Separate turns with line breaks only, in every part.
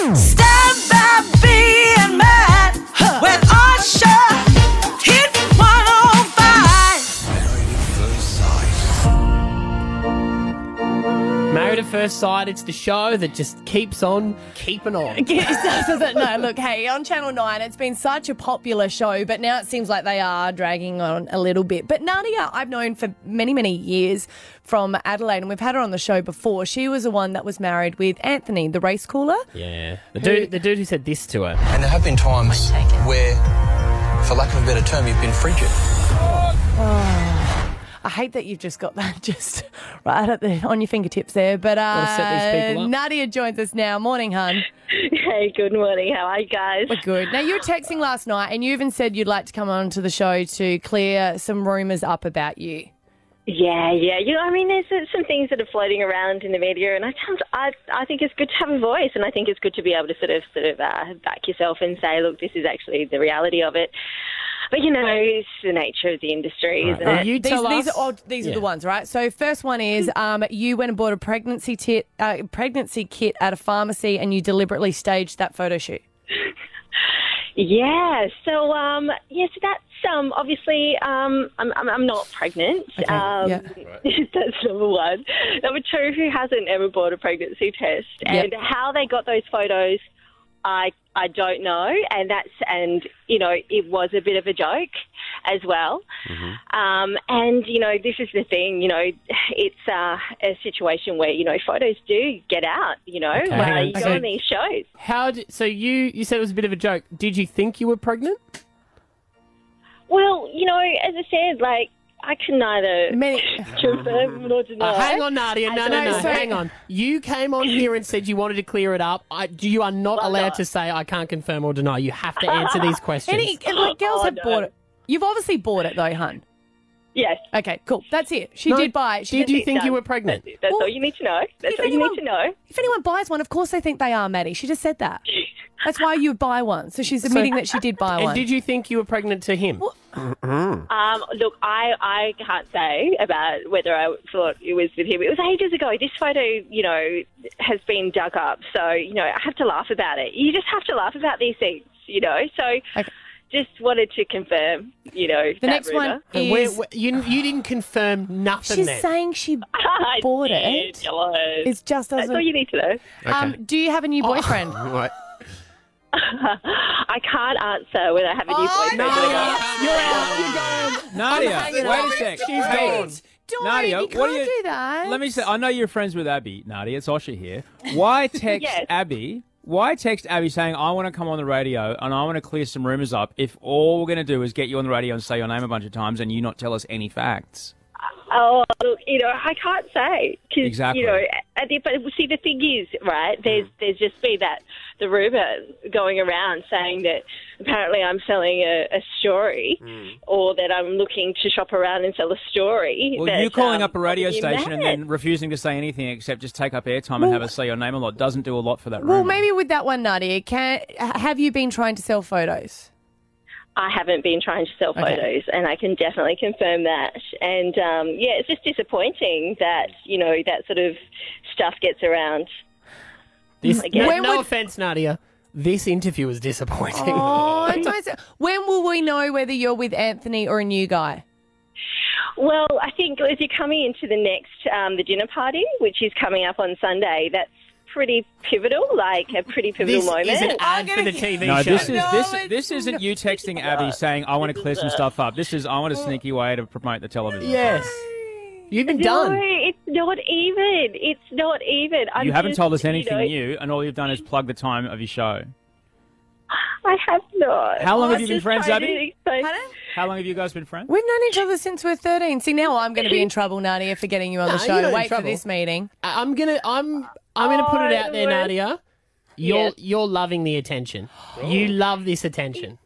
Stand by being mad when Usher hit 105.
Married at First Sight, it's the show that just keeps on keeping on.
no, look, hey, on Channel 9, it's been such a popular show, but now it seems like they are dragging on a little bit. But Nadia, I've known for many, many years from Adelaide, and we've had her on the show before. She was the one that was married with Anthony, the race caller.
Yeah. The dude, the dude who said this to her.
And there have been times where, for lack of a better term, you've been frigid.
I hate that you've just got that just right at the, on your fingertips there. But
Gotta set these
uh,
people up.
Nadia joins us now. Morning, hun.
Hey, good morning. How are you guys?
We're good. Now, you were texting last night, and you even said you'd like to come on to the show to clear some rumours up about you.
Yeah, yeah. You know, I mean, there's uh, some things that are floating around in the media, and I, sound, I, I think it's good to have a voice, and I think it's good to be able to sort of, sort of uh, back yourself and say, look, this is actually the reality of it. But you know, it's the nature of the industry, isn't
Now,
it?
you
Uh, These,
tell
these
us-
are all, these are
Yeah. Hmm.
the ones, right? So first one is um, you went and bought a pregnancy tit, uh, pregnancy kit at a pharmacy, and you deliberately staged that photo shoot.
Yeah. So, um, yes, that's um, obviously um, I'm, I'm, I'm not pregnant.
Okay,
Um,
yeah.
that's number one. Number two, who hasn't ever bought a pregnancy test?
Yep.
And how they got those photos, I I don't know. And that's and you know it was a bit of a joke as well. Um, and you know this is the thing. You know, it's uh, a situation where you know photos do get out. You know,
Okay, hang
uh,
on.
you
So-
go on these shows.
How did, so you you said it was a bit of a joke. Did you think you were pregnant?
Uh,
Well, you know, as I said, like I can neither
Many- Oh,
confirm nor deny.
Oh, hang on, Nadia. No, no,
don't
no.
know.
Hang on. You came on here and said you wanted to clear it up. I, do- you are not
Why
allowed
not?
to say I can't confirm or deny. You have to answer these questions.
Any and, like girls
Oh,
have
no.
bought it. You've obviously bought it though, hun.
Yes,
Okay, cool. That's it. She
No,
did buy it. She
did you think you
done.
were pregnant?
that's
Well,
all you need to know. That's
if
all you
anyone-
need to know.
If anyone buys one, of course they think they are, Maddie. She just said that. That's why you buy one. So she's admitting that she did buy
And
one.
did you think you were pregnant to him?
Um, look, I, I can't say about whether I thought it was with him. It was ages ago. This photo, you know, has been dug up. So, you know, I have to laugh about it. You just have to laugh about these things, you know. So
Okay.
just wanted to confirm, you know,
the
that
next one
rumour.
And where-
is
where- you, you didn't confirm nothing
she's
then.
saying she
I
bought
did,
it.
hello.
It just
That's
doesn't.
all you need to know.
um, do you have a new
Oh.
boyfriend?
Right.
I can't answer whether I have a new
Oh,
boyfriend.
no.
or not.
You're out. You're gone.
Nadia,
hanging
wait
up.
a sec.
She's
Hey,
gone. Don't
Nadia,
you
what
can't
do you-
do that.
Let me say, oh, I know you're friends with Abby, Nadia. It's Osha here. Why text
Yes.
Abby? Why text Abby saying, I want to come on the radio and I want to clear some rumours up if all we're going to do is get you on the radio and say your name a bunch of times and you not tell us any facts?
Oh, look, you know, I can't say 'cause,
Exactly. Mm.
You know, at the, but see, the thing is, right? There's there's just been that the rumor going around saying that apparently I'm selling a, a story,
Mm.
or that I'm looking to shop around and sell a story.
Well,
that's,
you calling
um,
up a radio
obviously
station and
mad.
then refusing to say anything except just take up airtime
Well-
and have us say your name a lot doesn't do a lot for that
Well,
rumour.
maybe with that one, Nadia, can have you been trying to sell photos?
I haven't been trying to sell
Okay.
photos, and I can definitely confirm that. And um, yeah, it's just disappointing that you know that sort of stuff gets around.
This,
I guess.
no
Where
no
would-
offense, Nadia. This interview is disappointing.
Oh, don't say- when will we know whether you're with Anthony or a new guy?
Well, I think as you're coming into the next, um, the dinner party, which is coming up on Sunday, that's pretty pivotal, like a pretty pivotal
This
moment.
is an ad for
gonna-
the TV
No,
show.
this is
No,
this
it's
this isn't you texting Abby saying I want to clear some stuff up. This is I want a sneaky way to promote the television.
Yes. You've been
No,
done.
it's not even. It's not even. I'm
you haven't
just,
told us
you
anything
know,
new, and all you've done is plug the time of your show.
I have not.
How long
I
have you
was
been
just
friends,
trying
Abby?
to explain-
How long have you guys been friends?
We've known each other since we're 13. See, now I'm going to be in trouble, Nadia, for getting you on the
No,
show.
you're not in
Wait for
trouble.
this meeting.
I- I'm gonna I'm I'm gonna put it
Oh,
out there,
the worst.
Nadia. You're
Yes.
you're loving the attention.
Oh.
You love this attention.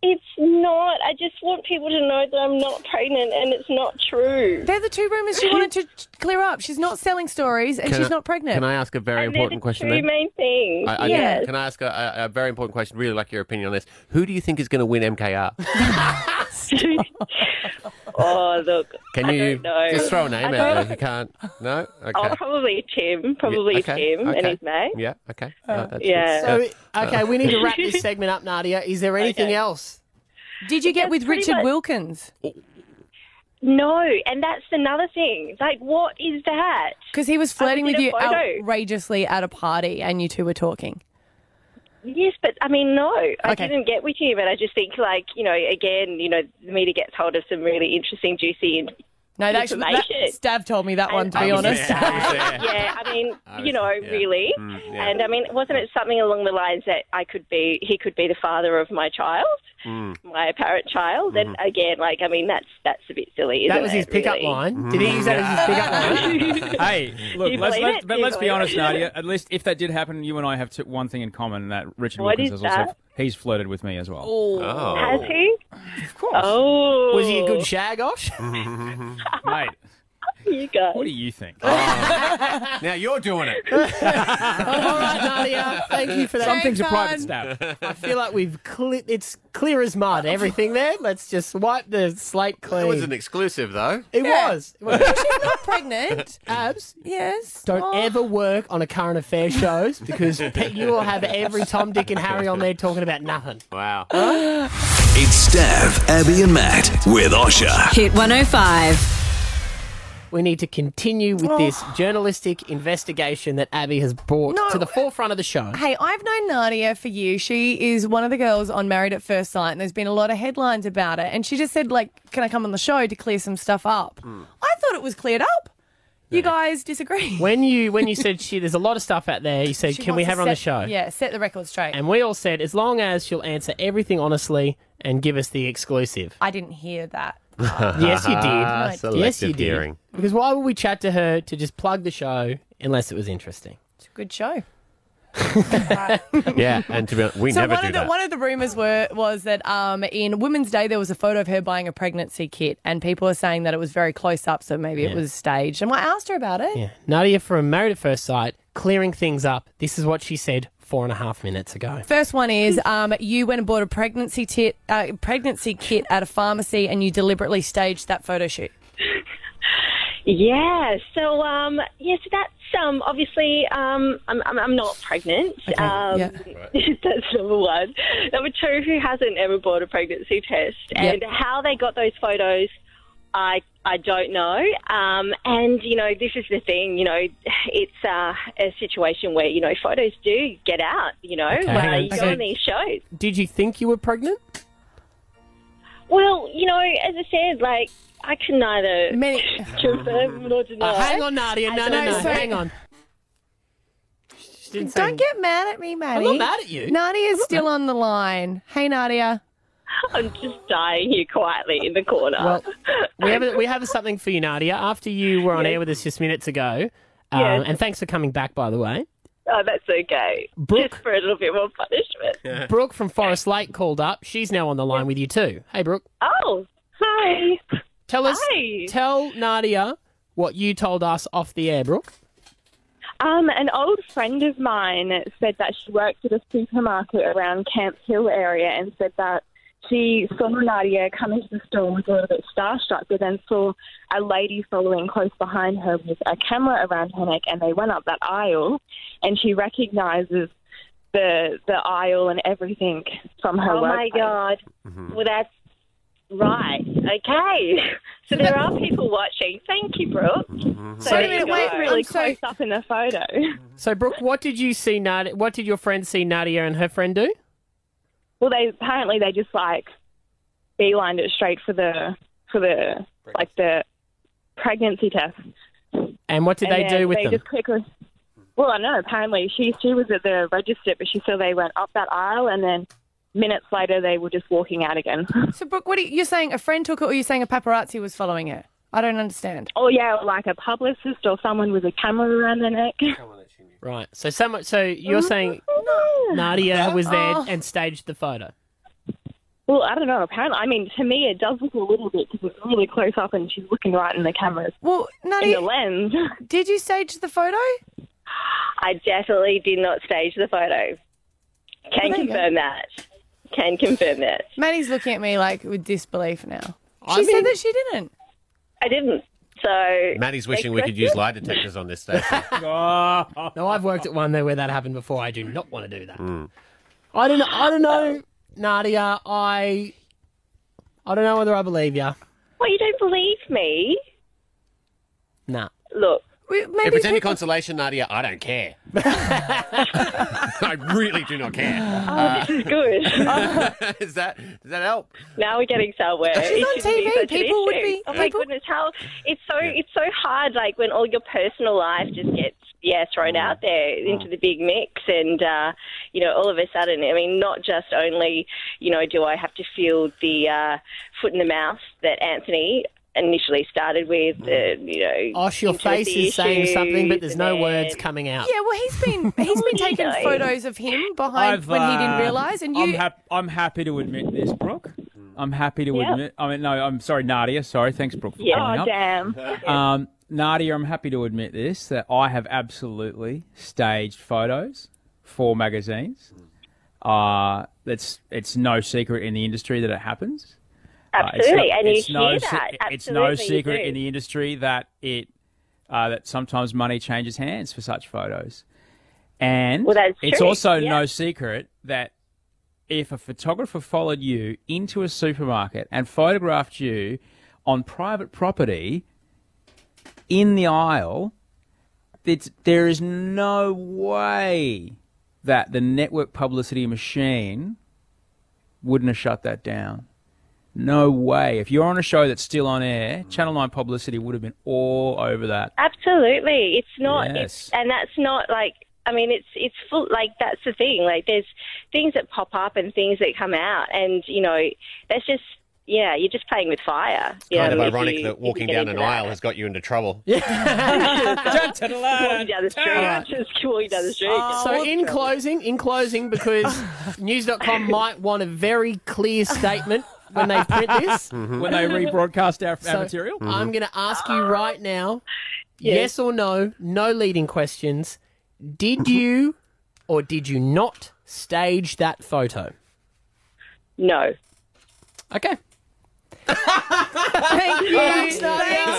It's not. I just want people to know that I'm not pregnant, and it's not true.
They're the two rumors she wanted to clear up. She's not selling stories and
Can
she's
I-
not pregnant.
Can I ask a very
and they're
important
the
question
two
then?
main things.
I, I,
Yeah.
Can I ask a, a a very important question? Really like your opinion on this. Who do you think is going to win MKR?
Oh, look.
Can
I
you
don't know.
just throw a
I
name out there?
don't-
if You can't. No. Okay.
Oh, probably Tim. Probably
Yeah, okay,
Tim and
okay.
his mate.
Yeah. Okay.
Uh,
No, that's
yeah.
So,
good.
okay, we need to wrap this segment up, Nadia. Is there anything
Uh, Okay.
else?
Did you get
That's
with
pretty
Richard
much-
Wilkins?
No, and that's another thing. Like, what is that?
Because he was flirting
did
with
a
you
photo.
outrageously at a party and you two were talking.
Yes, but I mean, no, I
Okay.
didn't get with him, and I just think, like, you know, again, you know, the media gets hold of some really interesting, juicy. And,
No, that's, that,
Information.
Stav told me that one, to
I
be
was
honest.
there, I was there. yeah, I mean, you know, really. And I mean, wasn't it something along the lines that I could be, he could be the father of my child, my apparent child? And again, like, I mean, that's that's a bit silly. Isn't
Mm-hmm. That was his
it,
pickup
really? Mm.
line. Did he use that as his pickup line?
hey, look,
you
let's,
believe
let's,
it?
but
Do you
let's be
believe
honest,
it?
Nadia. At least if that did happen, you and I have t- one thing in common, and that Richard
What
Wilkins
is
has also
that?
he's flirted with me as well.
Oh.
Has he?
Of course,
Oh,
Was he a good shagosh?
mate.
you guys.
What do you think?
Now you're doing it.
All right, Nadia. Thank you for that.
Something-
Things are private stuff.
I feel like we've cle- it's clear as mud. Everything there. Let's just wipe the slate clean.
It was an exclusive though.
It
Yeah.
was. It was.
She's not pregnant.
uh,
Abs.
yes.
Don't
Oh.
ever work on a current affairs shows because pe- you will have every Tom, Dick, and Harry on there talking about nothing.
Wow.
It's Stav, Abby, and Matt with Osha.
Hit 105.
We need to continue with this journalistic investigation that Abby has brought
Oh. No.
to the forefront of the show.
Hey, I've known Nadia for you. She is one of the girls on Married at First Sight, and there's been a lot of headlines about it. And she just said, like, can I come on the show to clear some stuff up?
Hmm.
I thought it was cleared up. You guys disagree.
When you when you said she, there's a lot of stuff out there. You said,
She
can we
wants to
have her on the show?
set- Yeah, set the record straight.
And we all said, as long as she'll answer everything honestly and give us the exclusive.
I didn't hear that.
yes, you
Ah,
did.
selective
yes, you did.
hearing.
Because why would we chat to her to just plug the show unless it was interesting?
It's a good show.
Yeah, and to be honest, we
So
never
one
do
of the
that.
one of the rumors were was that um, in Women's Day there was a photo of her buying a pregnancy kit, and people are saying that it was very close up, so maybe it was staged. And I asked her about it.
Yeah. Nadia from Married at First Sight, clearing things up. This is what she said four and a half minutes ago.
First one is um, you went and bought a pregnancy tit, uh, pregnancy kit at a pharmacy, and you deliberately staged that photo shoot.
Yeah. So um, yes, that's um, obviously um, I'm, I'm I'm not pregnant. um,
yeah.
that's number one. Number two, who hasn't ever bought a pregnancy test, and how they got those photos. I, I don't know. Um, and, you know, this is the thing, you know, it's uh, a situation where, you know, photos do get out, you know,
Okay, hang
where
on.
you
So-
go on these shows.
Did you think you were pregnant?
Well, you know, as I said, like, I can neither
Many-
confirm nor deny.
Uh, Oh, hang on, Nadia. No, no,
don't
no.
know.
Hang on. She didn't say-
Don't get mad at me, Maddie.
not mad at you.
Nadia's still on the line. Hey, Nadia.
I'm just dying here quietly in the corner.
Well, we have a, we have something for you, Nadia. After you were on air with us just minutes ago, um,
Yes.
and thanks for coming back, by the way.
oh, that's okay.
Brooke-
Just for a little bit more punishment.
Brooke from Forest Lake called up. She's now on the line with you too. Hey, Brooke,
Oh, hi.
tell us,
Hi.
tell Nadia what you told us off the air, Brooke.
Um, an old friend of mine said that she worked at a supermarket around Camp Hill area and said that she saw Nadia come into the store and was a little bit starstruck, but then saw a lady following close behind her with a camera around her neck, and they went up that aisle, and she recognises the the aisle and everything from her
Oh my
workplace.
god. Well, that's right. Okay. So there are people watching. Thank you, Brooke. So
Wait a
there you
minute,
go.
wait,
Really
I'm so-
close up in the photo.
So, Brooke, what did you see Nadia? What did your friend see Nadia and her friend do?
Well, they apparently they just like beelined it straight for the for the like the pregnancy test.
And what did
And
they
then
do with
they
them?
Just quickly. Well, I know. Apparently, she she was at the register, but she saw they went up that aisle, and then minutes later they were just walking out again.
So, Brooke, what are you, you're saying? A friend took it, or you're saying a paparazzi was following her? I don't understand.
oh yeah, like a publicist or someone with a camera around their neck.
Right. So, so much. So you're
Mm-hmm.
saying Nadia was there
Oh.
and staged the photo.
Well, I don't know. Apparently, I mean, to me, it does look a little bit because it's really close up, and she's looking right in the camera,
Well,
in the
Nadia,
lens.
did you stage the photo?
I definitely did not stage the photo. Can
there you
confirm that. Can confirm that.
Maddie's looking at me like with disbelief now. She said that she didn't.
I didn't. So
Maddie's wishing we could use lie detectors on this station.
No, I've worked at one there where that happened before. I do not want to do that. I don't. I don't know, Nadia. I. I don't know whether I believe you.
Well, you don't believe me.
Nah.
Look,
We,
if
maybe
it's any
people-
consolation, Nadia, I don't care. I really do not care.
this is good.
Oh,
Is that does that help?
now we're getting somewhere.
She's
It
on
shouldn't be
TV.
such an
People would
issue.
be-
Oh my
people-
goodness, how it's so it's so hard. Like when all your personal life just gets yeah thrown
Mm.
out there into the big mix, and uh, you know all of a sudden. I mean, not just only you know do I have to feel the uh, foot in the mouth that Anthony. Initially started with, uh, you know.
Mm. Osh, your face
intimacy
is saying something, but
issues
there's no
and
words
then-
coming out.
Yeah, well, he's been he's been taking
know.
photos of him behind
I've,
when he
uh,
didn't realise, and you.
I'm, hap- I'm happy to admit this, Brooke. I'm happy to
Yeah.
admit. I mean, no, I'm sorry, Nadia. Sorry, thanks, Brooke, for
Yeah.
coming
Oh,
up.
damn.
Um, Nadia, I'm happy to admit this that I have absolutely staged photos for magazines.
Hmm.
Uh, that's it's no secret in the industry that it happens. Uh, it's
Absolutely,
not-
and you
it's no
hear
se-
that.
It's no
Absolutely, you
secret
do.
in the industry that it uh, that sometimes money changes hands for such photos, and
Well, that's
it's
true,
also
yeah.
no secret that if a photographer followed you into a supermarket and photographed you on private property in the aisle, it's, there is no way that the network publicity machine wouldn't have shut that down. No way. If you're on a show that's still on air, Channel 9 publicity would have been all over that.
Absolutely, it's not,
Yes.
it's, and that's not like. I mean, it's it's full. Like that's the thing. Like there's things that pop up and things that come out, and you know, that's just yeah. You're just playing with fire. It's
kind of ironic that walking down an aisle has got you into trouble.
Walking down the street,
Uh,
just walking down the street.
So in closing, in closing, because news.com might want a very clear statement when they print this.
When they rebroadcast our, our
So
material?
I'm going to ask you right now, yes. or no, no leading questions. Did you or did you not stage that photo?
no,
Okay.
Thank you. Thanks,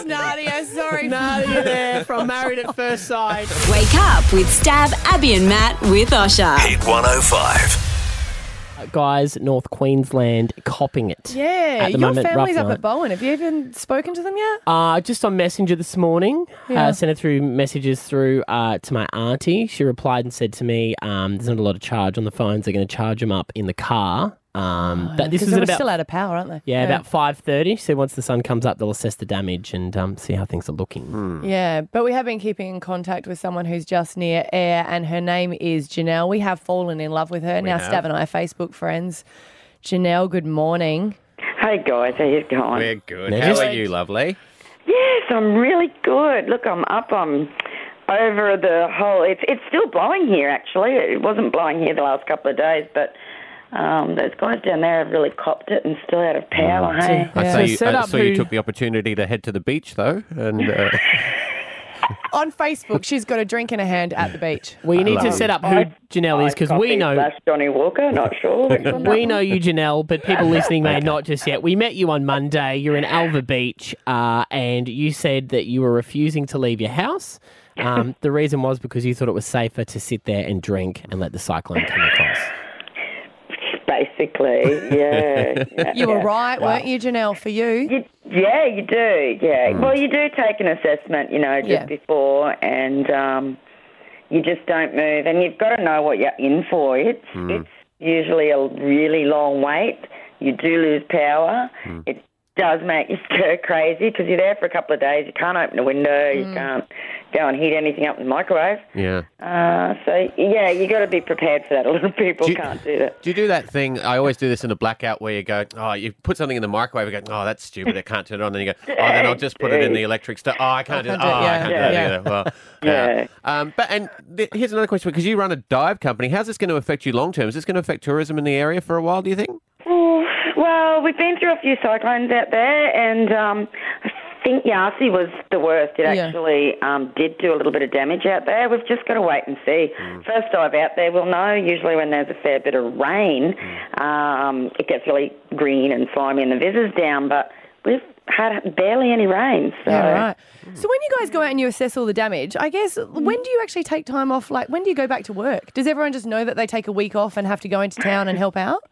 Nadia. Sorry.
Nadia there from Married at First Sight.
Wake up with Stab, Abby, and Matt with Osha.
Hit 105.
Uh, Guys, North Queensland copping it.
Yeah,
At the
your
moment, rough
family's up
night.
at Bowen. Have you even spoken to them yet?
Uh, just on Messenger this morning,
Yeah.
uh, sent her through messages through uh, to my auntie. She replied and said to me, um, "There's not a lot of charge on the phones. They're going to charge them up in the car." Um, that this
Because
was
they
at
were
about
still out of power, aren't they?
yeah, about five thirty. She said once the sun comes up, they'll assess the damage and um, see how things are looking.
Hmm.
Yeah, but we have been keeping in contact with someone who's just near air, and her name is Janelle. We have fallen in love with her. now, Stav and I are Facebook friends. Janelle, good morning.
Hey guys, how you going?
We're good.
Now,
How
just-
are you, lovely?
Yes, I'm really good. Look, I'm up. I'm over the whole. It's it's still blowing here. Actually, it wasn't blowing here the last couple of days, but um, those guys down there have really copped it and still out of
Mm.
power. Hey,
I
Yeah.
saw,
So
you,
set
I
up
saw you
who-
took the opportunity to head to the beach, though, and uh,
On Facebook, she's got a drink in her hand at the beach.
We need to set up who Janelle is because we
Coffee
know
slash Johnny Walker. Not sure. Which one that
we know you, Janelle, but people listening may not just yet. We met you on Monday. You're in Alva Beach, uh, and you said that you were refusing to leave your house. Um, the reason was because you thought it was safer to sit there and drink and let the cyclone come across.
was, basically. Yeah. yeah
You were
yeah.
right, weren't you, Janelle? For you,
You, yeah, you do. Yeah. Well, you do take an assessment, you know, just
Yeah.
before, and um, you just don't move, and you've got to know what you're in for. It's it's usually a really long wait. You do lose power. It does make you stir crazy because you're there for a couple of days. You can't open a window. You can't go and heat anything up in the microwave.
yeah.
Uh, so yeah, you got to be prepared for that. A lot of people
Do you-
can't do that.
Do you do that thing? I always do this in a blackout where you go, oh, you put something in the microwave, you go, oh, that's stupid, I can't turn it on. Then you go, oh, then I'll just put it in the electric stove. Oh, I can't do that. Oh,
can't do it, yeah.
I can't do that
Yeah.
either. Well,
Yeah.
yeah. Um, but and th- here's another question because you run a dive company. How's this going to affect you long term? Is this going to affect tourism in the area for a while? Do you think?
Oh, well, we've been through a few cyclones out there, and um, I think Yasi was the worst. It
Yeah.
actually um, did do a little bit of damage out there. We've just got to wait and see.
Mm.
First dive out there, we'll know. Usually, when there's a
Mm.
fair bit of rain, um, it gets really green and slimy, and the vis is down, but. we've had barely any rain. So
Yeah, right. Mm. So when you guys go out and you assess all the damage, I guess when do you actually take time off? Like when do you go back to work? Does everyone just know that they take a week off and have to go into town and help out?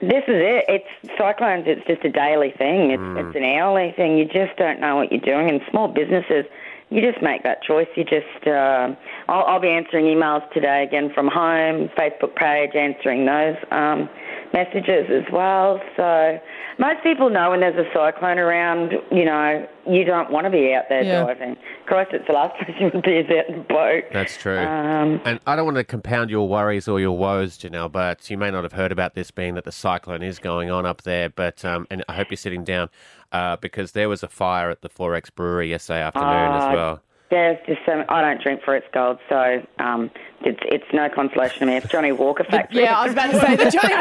This is it. It's cyclones. It's just a daily thing. It's,
Mm.
it's an hourly thing. You just don't know what you're doing. And small businesses, you just make that choice. You just, uh, I'll, I'll be answering emails today again from home, Facebook page, answering those um, messages as well. So most people know when there's a cyclone around, you know, you don't want to be out there
Yeah.
driving. Christ, it's the last place you would be is out in a boat.
That's true.
Um,
and I don't want to compound your worries or your woes, Janelle, but you may not have heard about this being that the cyclone is going on up there. But um, and I hope you're sitting down uh, because there was a fire at the Florex Brewery yesterday afternoon
Ah,
as well.
There's just so I don't drink for its gold, so um, it's it's no consolation to me. It's Johnny Walker factory.
Yeah, I was about to say the Johnny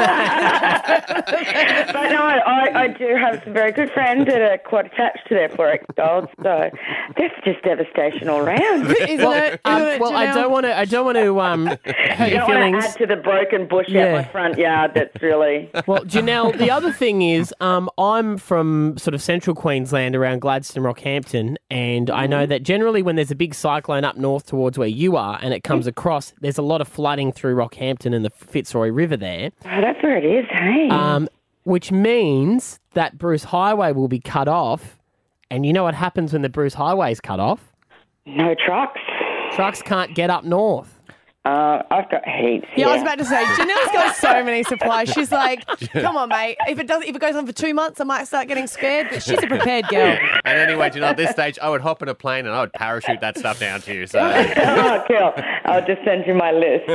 but no, I, I do have some very good friends that are quite attached to their Forex gold, so that's just devastation all round.
well, um, well, I don't want to. I don't want to um, hurt
You
your
don't want
feelings.
to add to the broken bush out
Yeah.
my front yard. That's really
Well, Janelle, the other thing is, um, I'm from sort of central Queensland around Gladstone, Rockhampton, and I know that generally when there's a big cyclone up north towards where you are and it comes across, there's a lot of flooding through Rockhampton and the Fitzroy River there.
Oh, that's where it is, hey.
Um, which means that Bruce Highway will be cut off, and you know what happens when the Bruce Highway's cut off?
No trucks.
Trucks can't get up north.
Uh, I've got heaps.
Yeah, I was about to say Janelle's got so many supplies. She's like, come on, mate. If it does, not if it goes on for two months, I might start getting scared. But she's a prepared girl.
Yeah. And anyway, Janelle, at this stage, I would hop in a plane and I would parachute that stuff down to you. So
oh, cool. I'll just send you my list.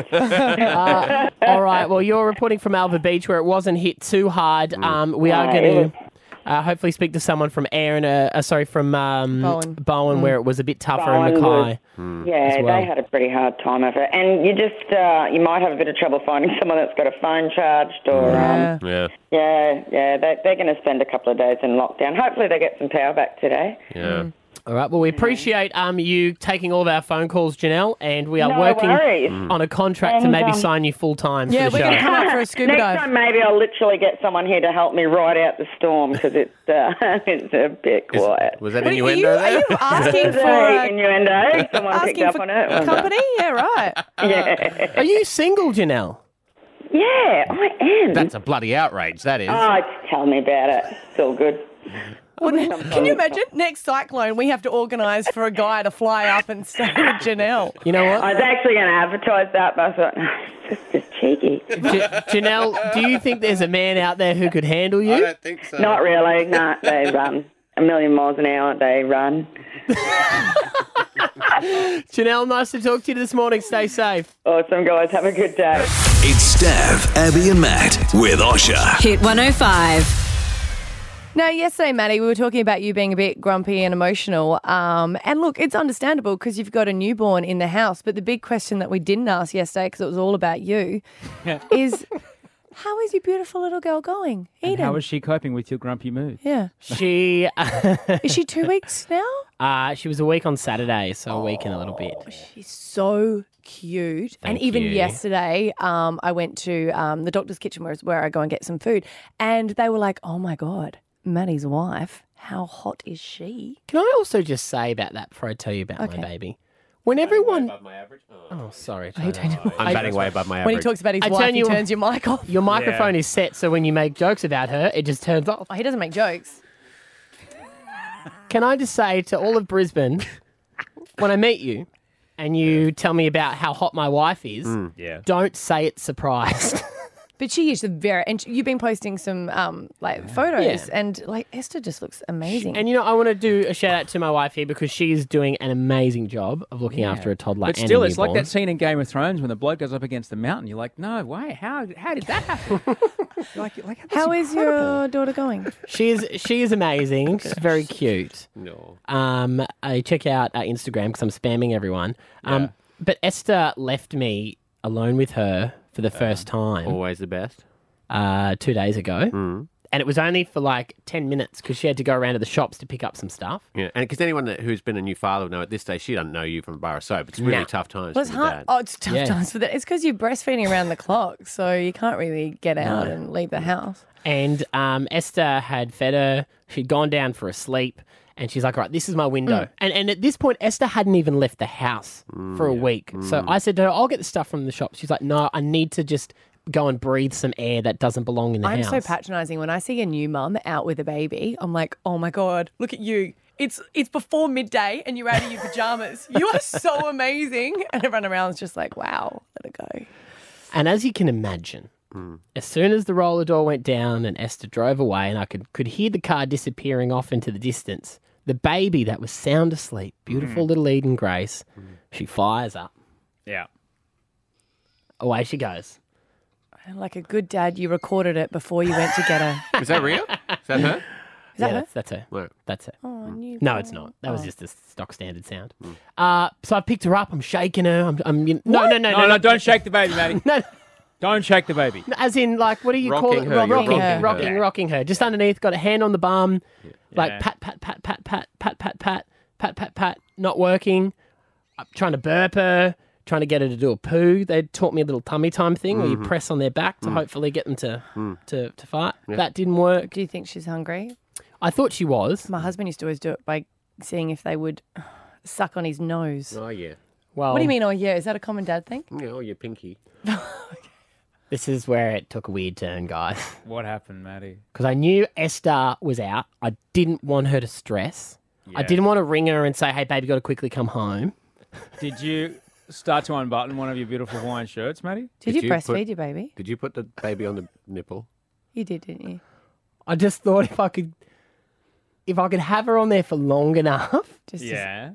Uh, all right. Well, you're reporting from Alva Beach where it wasn't hit too hard.
Mm.
Um, we are
Yeah,
going to. Uh, hopefully, speak to someone from Aaron. Uh, uh, sorry, from um,
Bowen.
Bowen, where it was a bit tougher in
Bowen was-
Mackay.
Yeah,
as well.
they had a pretty hard time of it, and you just uh, you might have a bit of trouble finding someone that's got a phone charged, or um,
yeah,
yeah, yeah, they, they're going to spend a couple of days in lockdown. Hopefully, they get some power back today.
yeah.
All right. Well, we appreciate um, you taking all of our phone calls, Janelle, and we are
No
working Mm.
worries.
on a contract to
And,
maybe
um,
sign you full time. for the show.
Next time, maybe I'll literally get someone here to help me ride out the storm because it's uh, it's a bit quiet.
was that Wait, are innuendo you- are there? you asking
It was a
for a-
innuendo? Someone picked
asking
up
for
on it. wasn't it?
Company, yeah, right.
Yeah.
Are you single, Janelle?
Yeah, I am.
That's a bloody outrage. That is.
Oh, tell me about it. It's all good.
Well, can you imagine next cyclone we have to organise for a guy to fly up and stay with Janelle?
You know what?
I was actually going to advertise that, but I thought, no, it's just it's cheeky.
Ja- Janelle, do you think there's a man out there who could handle you? I don't
think so.
Not really. No, they run a million miles an hour. They run.
Janelle, nice to talk to you this morning. Stay safe.
Awesome, guys. Have a good day.
It's Stav, Abby, and Matt with Osha.
Hit 105.
Now, yesterday, Maddie, we were talking about you being a bit grumpy and emotional. Um, and look, it's understandable because you've got a newborn in the house. But the big question that we didn't ask yesterday, because it was all about you, is how is your beautiful little girl going? Eden.
And how is she coping with your grumpy mood?
yeah.
She
Is she two weeks now?
Uh, she was a week on Saturday, so a week and a little bit.
She's so cute. and
Thank
even
you.
yesterday, um, I went to um, the doctor's kitchen, where, where I go and get some food. And they were like, oh my God, Maddie's wife, how hot is she?
Can I also just say about that before I tell you about my baby? When everyone above my average. Oh, sorry. Jonah.
I'm batting way above my average.
When
When Oh, he talks about his
I
wife,
turn
he
you-
turns your mic off.
Your microphone is set so when you make jokes about her, it just turns off.
Oh, he doesn't make jokes.
Can I just say to all of Brisbane, when I meet you and you tell me about how hot my wife is,
Mm. Yeah.
don't say it's surprised.
But she is the very, and you've been posting some um like photos, and like Esther just looks amazing.
and you know, I want to do a shout out to my wife here because she is doing an amazing job of looking
Yeah.
after a toddler.
But
and a
still, it's like
newborn.
that scene in Game of Thrones when the bloke goes up against the mountain. You're like, no way, how how did that happen? like, like
How is your daughter going?
She is she is amazing. She's very cute. No. Um, I check out uh, Instagram because I'm spamming everyone. Um, but Esther left me alone with her for the first time.
Always the best.
Uh, two days ago, and it was only for like ten minutes because she had to go around to the shops to pick up some stuff.
Yeah, and because anyone that, who's been a new father would know at this stage she doesn't know you from a bar of soap. It's really
Nah.
tough times.
Well, it's
for the dad.
hard. Oh, it's tough
Yeah.
times for that. It's because you're breastfeeding around the clock, so you can't really get out
No.
Mm.
and leave the house.
And um, Esther had fed her. She'd gone down for a sleep. And she's like, all right, this is my window.
Mm.
And, and at this point, Esther hadn't even left the house
Mm,
for a
yeah.
week. So
Mm.
I said to her, I'll get the stuff from the shop. She's like, no, I need to just go and breathe some air that doesn't belong in the
I'm
house.
so patronizing when I see a new mum out with a baby. I'm like, oh my god, look at you. It's it's before midday and you're out of your pajamas. You are so amazing. And everyone around is just like, wow, let it go.
And as you can imagine,
Mm.
as soon as the roller door went down and Esther drove away, and I could, could hear the car disappearing off into the distance, the baby that was sound asleep, beautiful
Mm.
little Eden Grace, she fires up.
Yeah.
Away she goes.
And like a good dad, you recorded it before you went to get her.
Is that real? Is that her?
Is
yeah,
that her?
That's, that's her. That's her.
Uh-huh. Oh, I knew
No,
that.
it's not. That was
Oh.
just a stock standard sound.
Hmm.
Uh, so I picked her up. I'm shaking her. I'm. I'm you no, no, no,
no, no, Don't shake the baby, Maddie.
no,
don't shake the baby.
As in, like, what do you call it?
Rocking her, you're
rocking,
rocking her.
rocking, rocking her. Just underneath, got a hand on the bum, like
Yeah.
pat, pat, pat, pat, pat, pat, pat, pat, pat, pat, pat. Not working. I'm trying to burp her. Trying to get her to do a poo. They taught me a little tummy time thing where you
Mm-hmm.
Mhm.
press on their back to
Mm.
hopefully get them to
Mm.
to, to fart.
Yeah.
That didn't work.
Do you think she's hungry?
I thought she was.
My husband used to always do it by seeing if they would suck on his nose.
Oh, yeah.
Well,
what do you mean? Oh yeah, is that a common dad thing?
Yeah, oh, your pinky.
This is where it took a weird turn, guys.
What happened, Maddie?
because I knew Esther was out. I didn't want her to stress. I
Yeah.
didn't want to ring her and say, "Hey, baby, got to quickly come home."
Did you start to unbutton one of your beautiful Hawaiian shirts, Maddie?
Did you breastfeed your baby?
Did you put the baby on the nipple?
You did, didn't you?
I just thought if I could, if I could have her on there for long enough,
Just as-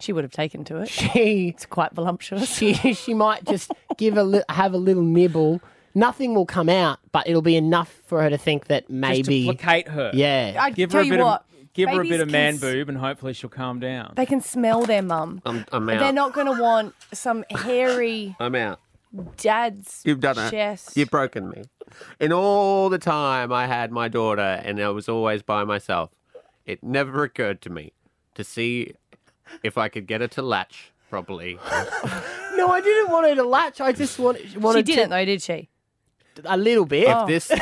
she would have taken to it.
She
it's quite voluptuous.
she she might just give a li- have a little nibble. Nothing will come out, but it'll be enough for her to think that maybe
Just to placate her.
Yeah,
give her a bit of give her a bit
babies
of man
can s-
boob, and hopefully she'll calm down.
They can smell their mum.
I'm, I'm
They're not going to want some hairy
I'm out.
dad's
You've done it.
chest.
You've broken me. In all the time I had my daughter and I was always by myself, it never occurred to me to see if I could get her to latch properly.
No, I didn't want her to latch. I just want, wanted.
didn't
to,
though, did she?
A little bit.
Oh.
If this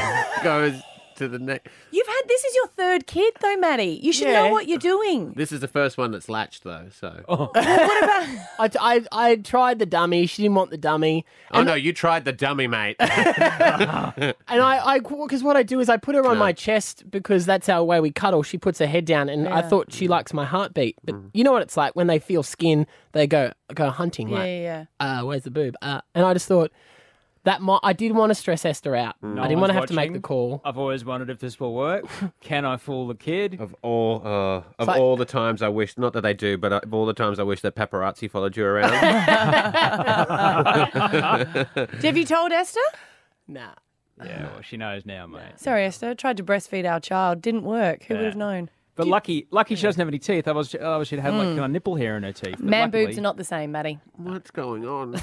goes to the next,
You've had this is your third kid though, Maddie. You should know
Yeah.
what you're doing.
this is the first one that's latched though. So, Oh,
I, I I tried the dummy. She didn't want the dummy.
oh no, you tried the dummy, mate.
And I, I, because what I do is I put her on my chest because that's our way we cuddle. She puts her head down, and I
Yeah.
thought she likes my heartbeat. But you know what it's like when they feel skin, they go go hunting.
Yeah,
like,
yeah,
Uh, where's the boob? Uh, and I just thought that might, I did want to stress Esther out. I didn't want to have to make the call.
I've always wondered if this will work. Can I fool the kid?
Of all uh, of
like-
all the times I wish, not that they do, but uh, of all the times I wish that paparazzi followed you around.
Have you told Esther?
Nah.
Yeah, well, she knows now, mate.
Sorry, Esther. Tried to breastfeed our child. Didn't work. Who would have
Yeah.
known?
But lucky, lucky she doesn't have any teeth. Otherwise, she- otherwise she'd have like
Mm.
kind of nipple hair in her teeth. But
Man
luckily-
boobs are not the same, Maddie.
What's going on?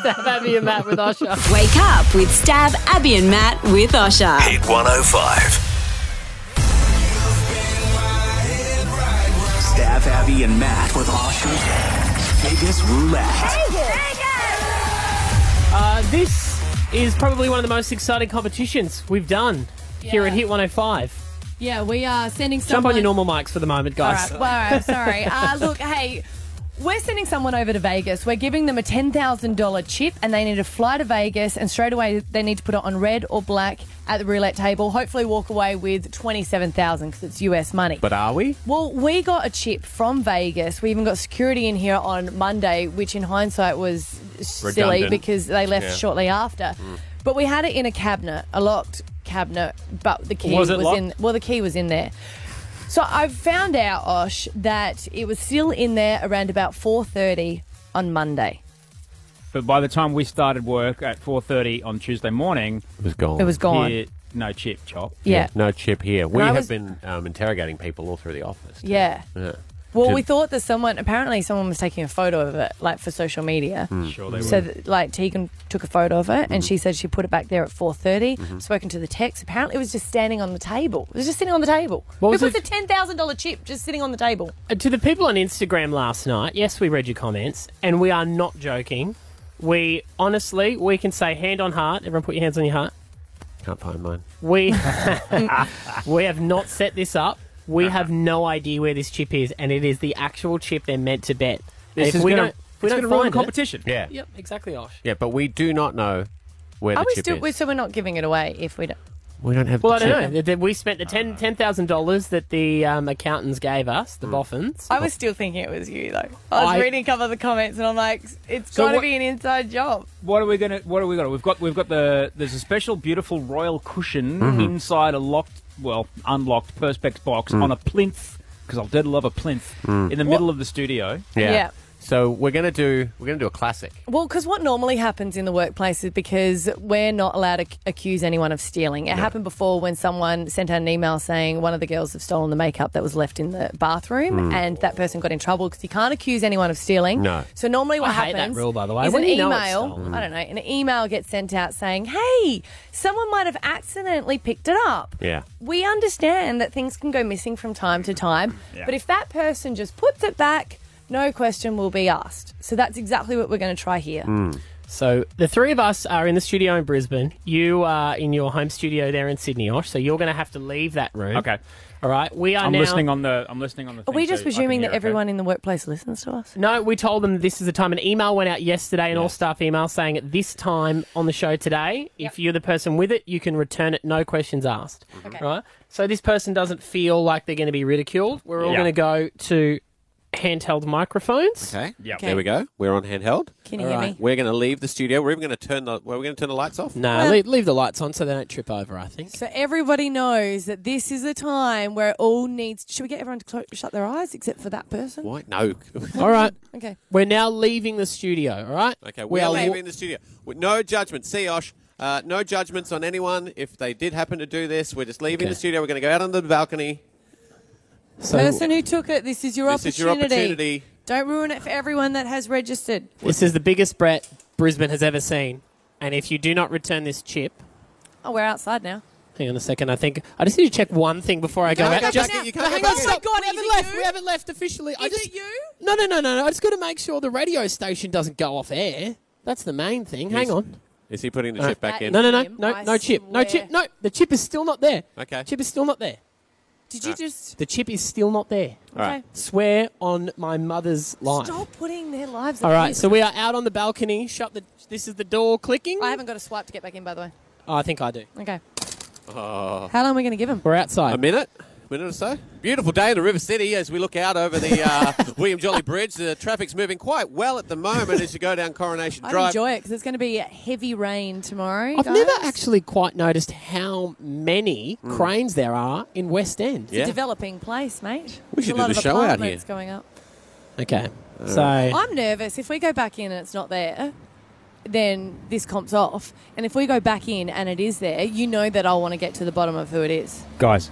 Stab Abby and Matt with Osha.
Wake up with Stab, Abby, and Matt with Osha.
Hit 105. Staff Abby and Matt with Osher's Vegas Roulette.
Uh, this is probably one of the most exciting competitions we've done here at Hit 105.
Yeah, we are sending
Jump
someone.
on your normal mics for the moment, guys.
All right, well, all right sorry. Uh, look, hey, we're sending someone over to Vegas. We're giving them a $10,000 chip and they need to fly to Vegas and straight away they need to put it on red or black at the roulette table. Hopefully walk away with 27000 because it's US money.
but are we?
Well, we got a chip from Vegas. We even got security in here on Monday, which in hindsight was silly
Redundant.
because they left
Yeah. Mm.
shortly after. But we had it in a cabinet, a locked cabinet, but the key
Was it locked?
in well the key was in there. So I found out, Osh, that it was still in there around about 4:30 on Monday.
But by the time we started work at four thirty on Tuesday morning, it
was gone.
It was gone.
Here- no chip, chop.
Yeah.
No chip here.
And
We
I
have
was-
been um, interrogating people all through the office.
Yeah.
Yeah.
Well,
To-
we thought that someone apparently someone was taking a photo of it, like for social media.
Mm. Sure they
So,
were.
that, like Tegan took a photo of it, and
Mhm.
she said she put it back there at four
Mhm.
Spoken to the text. Apparently, it was just standing on the table. It was just sitting on the table.
What was
Who puts a ten thousand dollar chip just sitting on the table?
Uh, To the people on Instagram last night, yes, we read your comments, and we are not joking. We honestly, we can say hand on heart. Everyone, put your hands on your heart.
can't find mine.
We we have not set this up. We
Uh-huh.
have no idea where this chip is, and it is the actual chip they're meant to bet. And
This
if
is
we
gonna-
don't, if we
it's
don't
gonna ruin
find it-
competition. Yeah.
Yep. Exactly, Osh.
Yeah, but we do not know where
Are
the
we
chip
still?
is.
We're, so we're not giving it away if we don't.
We don't have
Well, I
the
don't
chip.
know. Th- th- We spent the
Uh.
ten ten thousand dollars that the um, accountants gave us,
Hmm.
the boffins.
I was still thinking it was you though. I was
I-
reading a couple of the comments and I'm like, it's
So
got to
what-
be an inside job.
What are we gonna? What are we gonna? We've got we've got the there's a special beautiful royal cushion
Mm-hmm.
Mhm.
inside a locked, well, unlocked perspex box
Mm.
on a plinth because I'll dead love a plinth
Mm.
in the middle of the studio.
Yeah.
Yeah.
So we're gonna do we're gonna do a classic.
Well, because what normally happens in the workplace is because we're not allowed to ac- accuse anyone of stealing. It happened before when someone sent out an email saying one of the girls have stolen the makeup that was left in the bathroom,
Mm.
and that person got in trouble because you can't accuse anyone of stealing.
No.
So normally, what
I hate
happens
that rule, by the way.
is
When
an
do you know it's
email.
stolen?
I don't know. An email gets sent out saying, "Hey, someone might have accidentally picked it up."
Yeah.
We understand that things can go missing from time to time,
Yeah.
but if that person just puts it back, no question will be asked. So that's exactly what we're going to try here.
So the three of us are in the studio in Brisbane. You are in your home studio there in Sydney, Osh. So you're going to have to leave that room.
Okay.
All right. We are
I'm
now-
listening on the I'm listening on the.
Are
Thing,
we just
so I can
presuming
hear
that
it, okay?
everyone in the workplace listens to us?
No, we told them this is the time. An email went out yesterday, an all staff email saying at this time on the show today, if you're the person with it, you can return it, no questions asked.
Okay.
Right? So this person doesn't feel like they're going to be ridiculed. We're all
Yeah.
going to go to handheld microphones.
Okay.
Yeah.
There we go. We're on handheld.
Can you All hear right. me?
We're gonna leave the studio. We're even gonna turn the we're gonna turn the lights off.
No, leave, leave the lights on so they don't trip over, I think.
So everybody knows that this is a time where all needs. Should we get everyone to clo- shut their eyes except for that person?
What? No.
All right.
Okay.
We're now leaving the studio, all right?
Okay,
We
we, are
are wa-
leaving the studio. With no judgment. See, Osh, uh, no judgments on anyone. If they did happen to do this, we're just leaving
Okay.
the studio. We're going to go out on the balcony.
So-
person who took it, this is your
This is your opportunity.
Don't ruin it for everyone that has registered.
This is the biggest Brett Brisbane has ever seen. And if you do not return this chip,
Oh, we're outside now.
hang on a second, I think I just need to check one thing before I go
No,
out.
go
Just-
back now. You
No,
can't go
hang
back
on,
now.
stop.
Oh my God,
we
is
haven't
it
left.
you?
We haven't left officially. I
Is
just,
it you?
No, no, no, no, no. I just got to make sure the radio station doesn't go off air. That's the main thing. Hang
He's-
on.
Is he putting the
All
chip
right.
back in?
No, no, no, no, no chip, no chip, no. The chip is still not there.
Okay.
Chip is still not there.
Did you just
The chip is still not there.
All right. Okay.
Swear on my mother's life.
stop putting their lives?
All
at
right,
risk?
so we are out on the balcony. Shut the. This is the door clicking.
I haven't got a swipe to get back in, by the way.
Oh, I think I do.
Okay.
Oh.
How long are we going to give them?
We're outside.
A minute? Minute or so? Beautiful day in the River City as we look out over the uh, William Jolly Bridge. The traffic's moving quite well at the moment as you go down Coronation
I
Drive.
enjoy it because it's going to be heavy rain tomorrow.
I've
guys.
never actually quite noticed how many cranes there are in West End.
It's a developing place, mate.
We should
There's a lot
do the
of
show out here.
apartments Going up.
okay. So
I'm nervous. If we go back in and it's not there, then this comp's off. And if we go back in and it is there, you know that I'll want to get to the bottom of who it is.
Guys.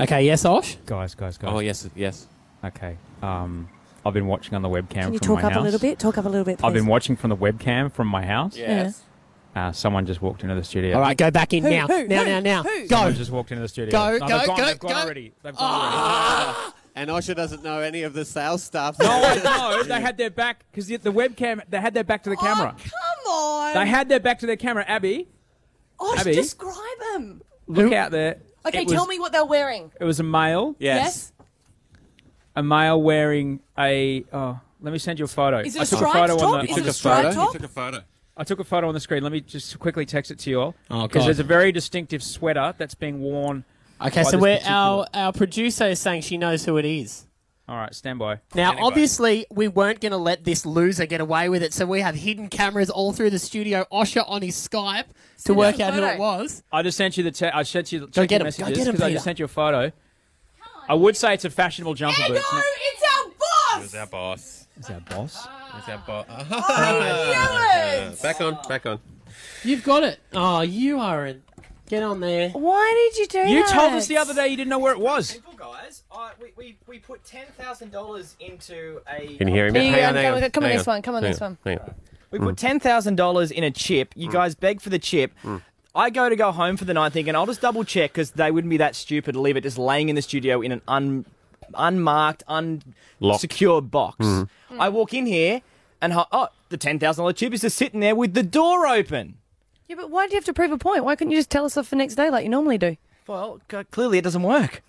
Okay, yes, Osh?
Guys, guys, guys.
Oh, yes, yes.
Okay. Um, I've been watching on the webcam
Can
from
you talk
my
up a
house.
little bit? Talk up a little bit.
I've been
please.
watching from the webcam from my house.
Yes.
Uh, someone just walked into the studio.
All right, go back in
Who,
now.
who,
now,
who,
now, now,
who?
Go.
Someone just walked into the studio.
Go,
No,
go,
they've gone-
go,
they've gone
go.
already. They've gone
Ah. And Osha doesn't know any of the sales staff.
already.
Oh,
no, no, they had their back because the, the webcam. They had their back to the camera.
Oh, Come on.
They had their back to their camera. Abby,
Oh,
Abby?
describe them.
look out there.
Okay,
It
tell
was-
me what they're wearing.
It was a male.
Yes.
A male wearing a. Oh, let me send you a photo.
Is it
I
a
took
striped
a photo
top?
on the.
Is it a striped top? You took
a photo. I took a photo on the screen. Let me just quickly text it to you all.
Oh,
Because
God.
there's a very distinctive sweater that's being worn.
Okay,
by
so
this
we're,
particular-
our, our producer is saying she knows who it is.
All right, stand by.
Now,
Anyway.
obviously, we weren't going to let this loser get away with it, so we have hidden cameras all through the studio. Osher on his Skype to
Send
work
us a
out who it
photo.
was.
I just sent you the. Te- I sent you the check
get 'em,
your
go
messages
get 'em,
because I
Peter.
just sent you a photo. I would say it's a fashionable jumper, but it's not.
it's our boss.
It's our boss.
It's our boss.
It's our boss.
Oh,
I
back on, back on.
You've got it. Oh, you are. A, get on there.
Why did you do
You told us the other day you didn't know where it was.
guys, I, we, we, we put ten thousand dollars into a.
Can you hear him?
Here you go,
Hang on, hang
come on, come on
hang
this one, come on
hang
this one.
hang on.
We
Mm.
put ten thousand dollars in a chip. You guys beg for the chip.
Mm.
I go to go home for the night thinking I'll just double check because they wouldn't be that stupid to leave it just laying in the studio in an un, unmarked,
Locked.
unsecured box.
Mm.
I walk in here and ho- oh, the ten thousand dollar chip is just sitting there with the door open.
Yeah, but why do you have to prove a point? Why couldn't you just tell us off the next day like you normally do?
Well, c- clearly it doesn't work.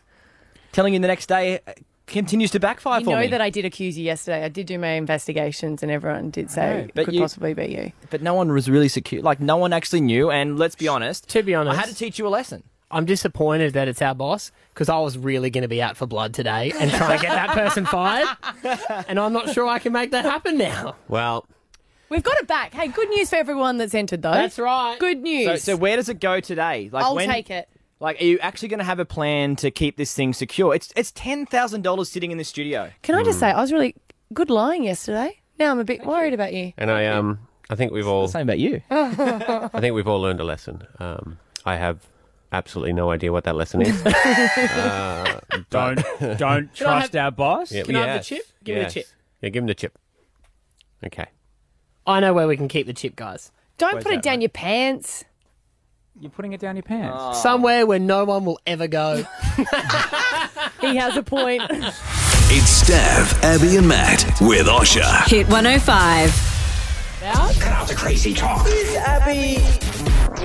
Telling you the next day uh, continues to backfire
You
for
know
me.
that I did accuse you yesterday. I did do my investigations, and everyone did say
know,
it
but
could
you-
possibly be you.
but no one was really secure. Like no one actually knew. And let's be honest.
To be honest,
I had to teach you a lesson.
I'm disappointed that it's our boss because I was really going to be out for blood today and try and get that person fired. And I'm not sure I can make that happen now.
Well,
We've got it back. Hey, good news for everyone that's entered, though.
That's right.
Good news.
So, so where does it go today?
I'll
when-
take it.
Like, are you actually going to have a plan to keep this thing secure? It's it's ten thousand dollars sitting in the studio.
Can I just say, I was really good lying yesterday. Now I'm a bit worried about you.
And I um, I think we've all
same about you.
I think we've all learned a lesson. Um, I have absolutely no idea what that lesson is. uh,
Don't-
but-
don't Can I trust have- our boss?
Yeah,
Can I have the chip? Give me the chip.
Yeah, give him the chip. Okay.
I know where we can keep the chip, guys.
Don't
Where's
put it
that,
down your pants.
You're putting it down your pants.
Somewhere where no one will ever go.
he has a point.
It's Stav, Abby, and Matt with Osha.
Hit 105.
Cut out the crazy talk.
Is Abby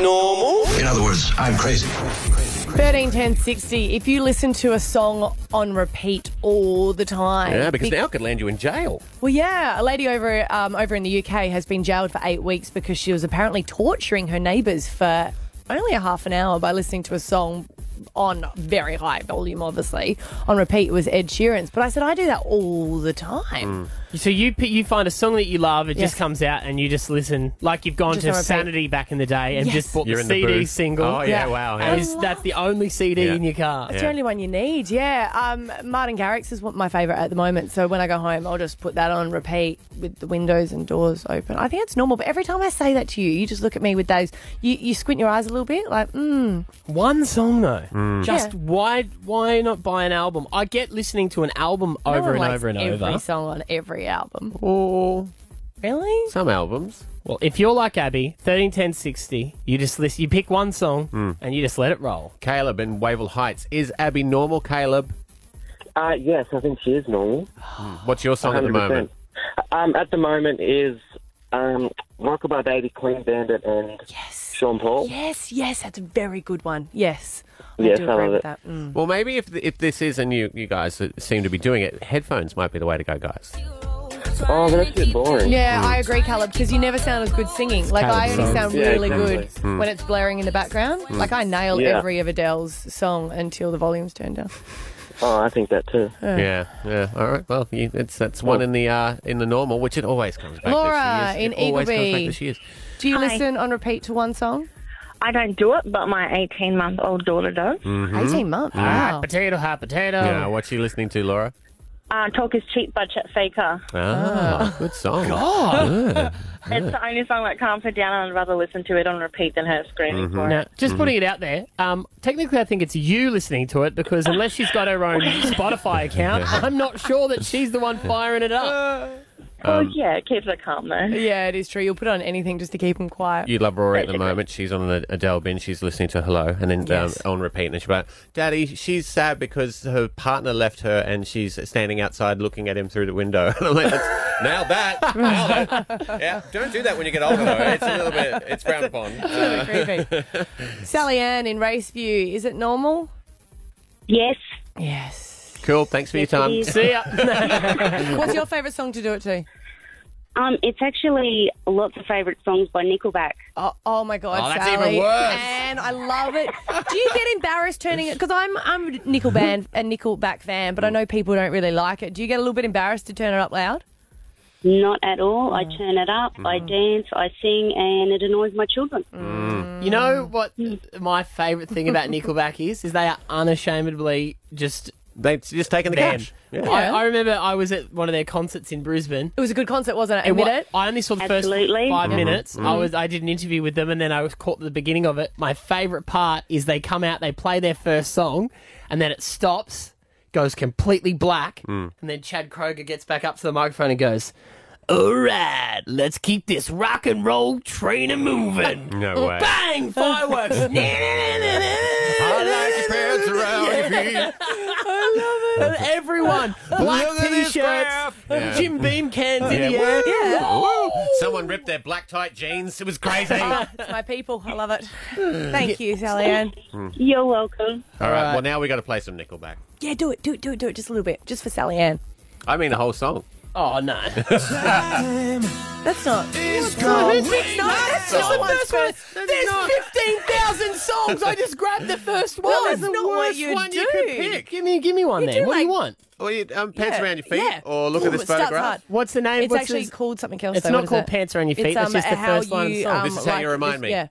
normal?
In other words, I'm crazy.
13, 10, 60. If you listen to a song on repeat all the time.
Yeah, because
Be-
now it could land you in jail.
Well, yeah, a lady over um, over in the UK has been jailed for eight weeks because she was apparently torturing her neighbours for only a half an hour by listening to a song on very high volume, obviously on repeat. It was Ed Sheeran's, but I said I do that all the time.
So you p- you find a song that you love, it
Yes.
just comes out, and you just listen like you've gone
Just
to
on repeat.
Sanity back in the day and
Yes.
just bought
You're
the
in the
CD
booth.
single.
Oh, yeah, Yeah. wow, yeah.
And it's- that's the only CD in your car.
That's the only one you need. Yeah, um, Martin Garrix is what my favourite at the moment. So when I go home, I'll just put that on repeat with the windows and doors open. I think it's normal, but every time I say that to you, you just look at me with those. You, you squint your eyes a little bit, like mm.
One song though. Just
Mm.
Yeah.
why why not buy an album? I get listening to an album
No
over
one
and
likes
over and
every
over.
song on every album.
Oh,
really?
Some albums.
Well, if you're like Abby, 13, 10, 60, you just listen, you pick one song
Hmm.
and you just let it roll.
Caleb in Wavell Heights. Is Abby normal, Caleb?
Uh, yes, I think she is normal.
What's your song at the
100%.
moment?
Um, at the moment is um, Rock by Baby, Clean Bandit, and Sean Paul.
Yes, yes, that's a very good one. Yes,
Yes,
I
I
do agree
love
with
it.
that. Mm.
Well, maybe if if this is and you you guys that seem to be doing it, headphones might be the way to go, guys.
Oh, but that's a bit boring.
Yeah, I agree, Caleb, because you never sound as good singing. Like, I
Caleb's
only
songs.
sound
Yeah,
really
exactly.
good
Mm.
when it's blaring in the background.
Mm.
Like, I nail
Yeah.
every of Adele's song until the volume's turned down.
Oh, I think that too.
Eh.
Yeah.
Yeah, yeah. All right. Well, you, it's that's one in the uh, in the normal, which it always comes back.
Laura
that she
in
is. It always comes back
Eagleby.
that she is.
Do you listen on repeat to one song?
I don't do it, but my 18 month old daughter does.
Mhm.
18 month.
Mm.
Ah, Wow.
Potato, hot potato.
Yeah. What's she listening to, Laura?
Uh, talk is cheap, budget faker.
Ah, good song.
God.
Yeah,
It's
yeah.
the only song that calms her down, and I'd rather listen to it on repeat than her screaming
Mm-hmm.
for it.
Now, just putting it out there, um, technically I think it's you listening to it because unless she's got her own Spotify account, I'm not sure that she's the one firing it up.
Well, Oh, yeah, it keeps her calm though.
Yeah, it is true. You'll put on anything just to keep them quiet.
You love Rory at the moment. She's on the Adele bin. She's listening to Hello and then
Yes.
um, on repeat. And she's like, Daddy, she's sad because her partner left her and she's standing outside looking at him through the window. And I'm like, That's, now that, now that. Yeah, don't do that when you get older, though. It's a little bit, it's frowned upon. Uh,
really Sally Ann in Race View, is it normal?
Yes.
Yes.
Cool. Thanks for your time.
See ya. What's your favourite song to do it to?
Um, it's actually lots of favourite songs by Nickelback.
Oh, oh my God,
Oh, that's
Sally.
even worse.
And I love it. Do you get embarrassed turning it? Because I'm I'm a Nickel band, a Nickelback fan, but I know people don't really like it. Do you get a little bit embarrassed to turn it up loud?
Not at all. I turn it up, I dance, I sing, and it annoys my children.
You know
Mm.
what my favourite thing about Nickelback is? Is they are unashamedly just
they've just taken
the
cash. Yeah.
I, I remember I was at one of their concerts in Brisbane.
It was a good concert, wasn't it?
And
Admit
what-
it.
I only saw the first five
Mm-hmm.
minutes. I was I did an interview with them, and then I was caught at the beginning of it. My favourite part is they come out, they play their first song, and then it stops, goes completely black,
Mm.
and then Chad Kroger gets back up to the microphone and goes. All right, let's keep this rock and roll train a moving.
No way.
Bang! Fireworks. I love it. And everyone, black
Look at this
t-shirts,
graph.
Jim Beam cans
Yeah.
in the air.
Woo.
Yeah.
Woo.
Someone ripped their black tight jeans. It was crazy.
Oh, it's my people. I love it. Thank you, Sally Ann.
Hmm.
You're welcome.
All right. Well, now we got to play some Nickelback.
Yeah, do it, do it, do it, do it, just a little bit, just for Sally Ann.
I mean, the whole song.
Oh no.
That's not.
It's
gone.
gone.
No, that's not
No,
one's
that's not-
first.
that's
There's
not.
15,000 songs. I just grabbed the first one.
Well,
that's
the
not what
worst
you
one
do.
you could pick. Give me, give me one then. What do you want?
Well, you, um, pants
Yeah,
around your feet,
yeah.
or look
Ooh,
at this
it starts hard.
photograph.
What's the name?
It's
What's
actually
his-
called something else.
It's
though.
not
What is
called
it?
Pants Around Your Feet.
It's,
That's
um,
just the
how
first line of the
you,
song.
um,
This is how you
like-
remind me.
Yeah.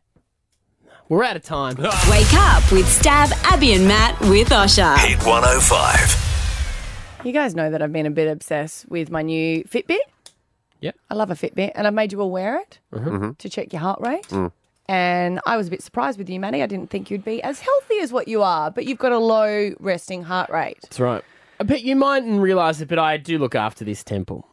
We're out of time.
Wake up with Stab, Abby, and Matt with Osha.
Hit 105.
You guys know that I've been a bit obsessed with my new Fitbit.
Yep. Mm-hmm.
I love a Fitbit, and I made you all wear it to check your heart rate. And I was a bit surprised with you, Manny. I didn't think you'd be as healthy as what you are, but you've got a low resting heart rate.
That's right. But you mightn't realise it, but I do look after this temple.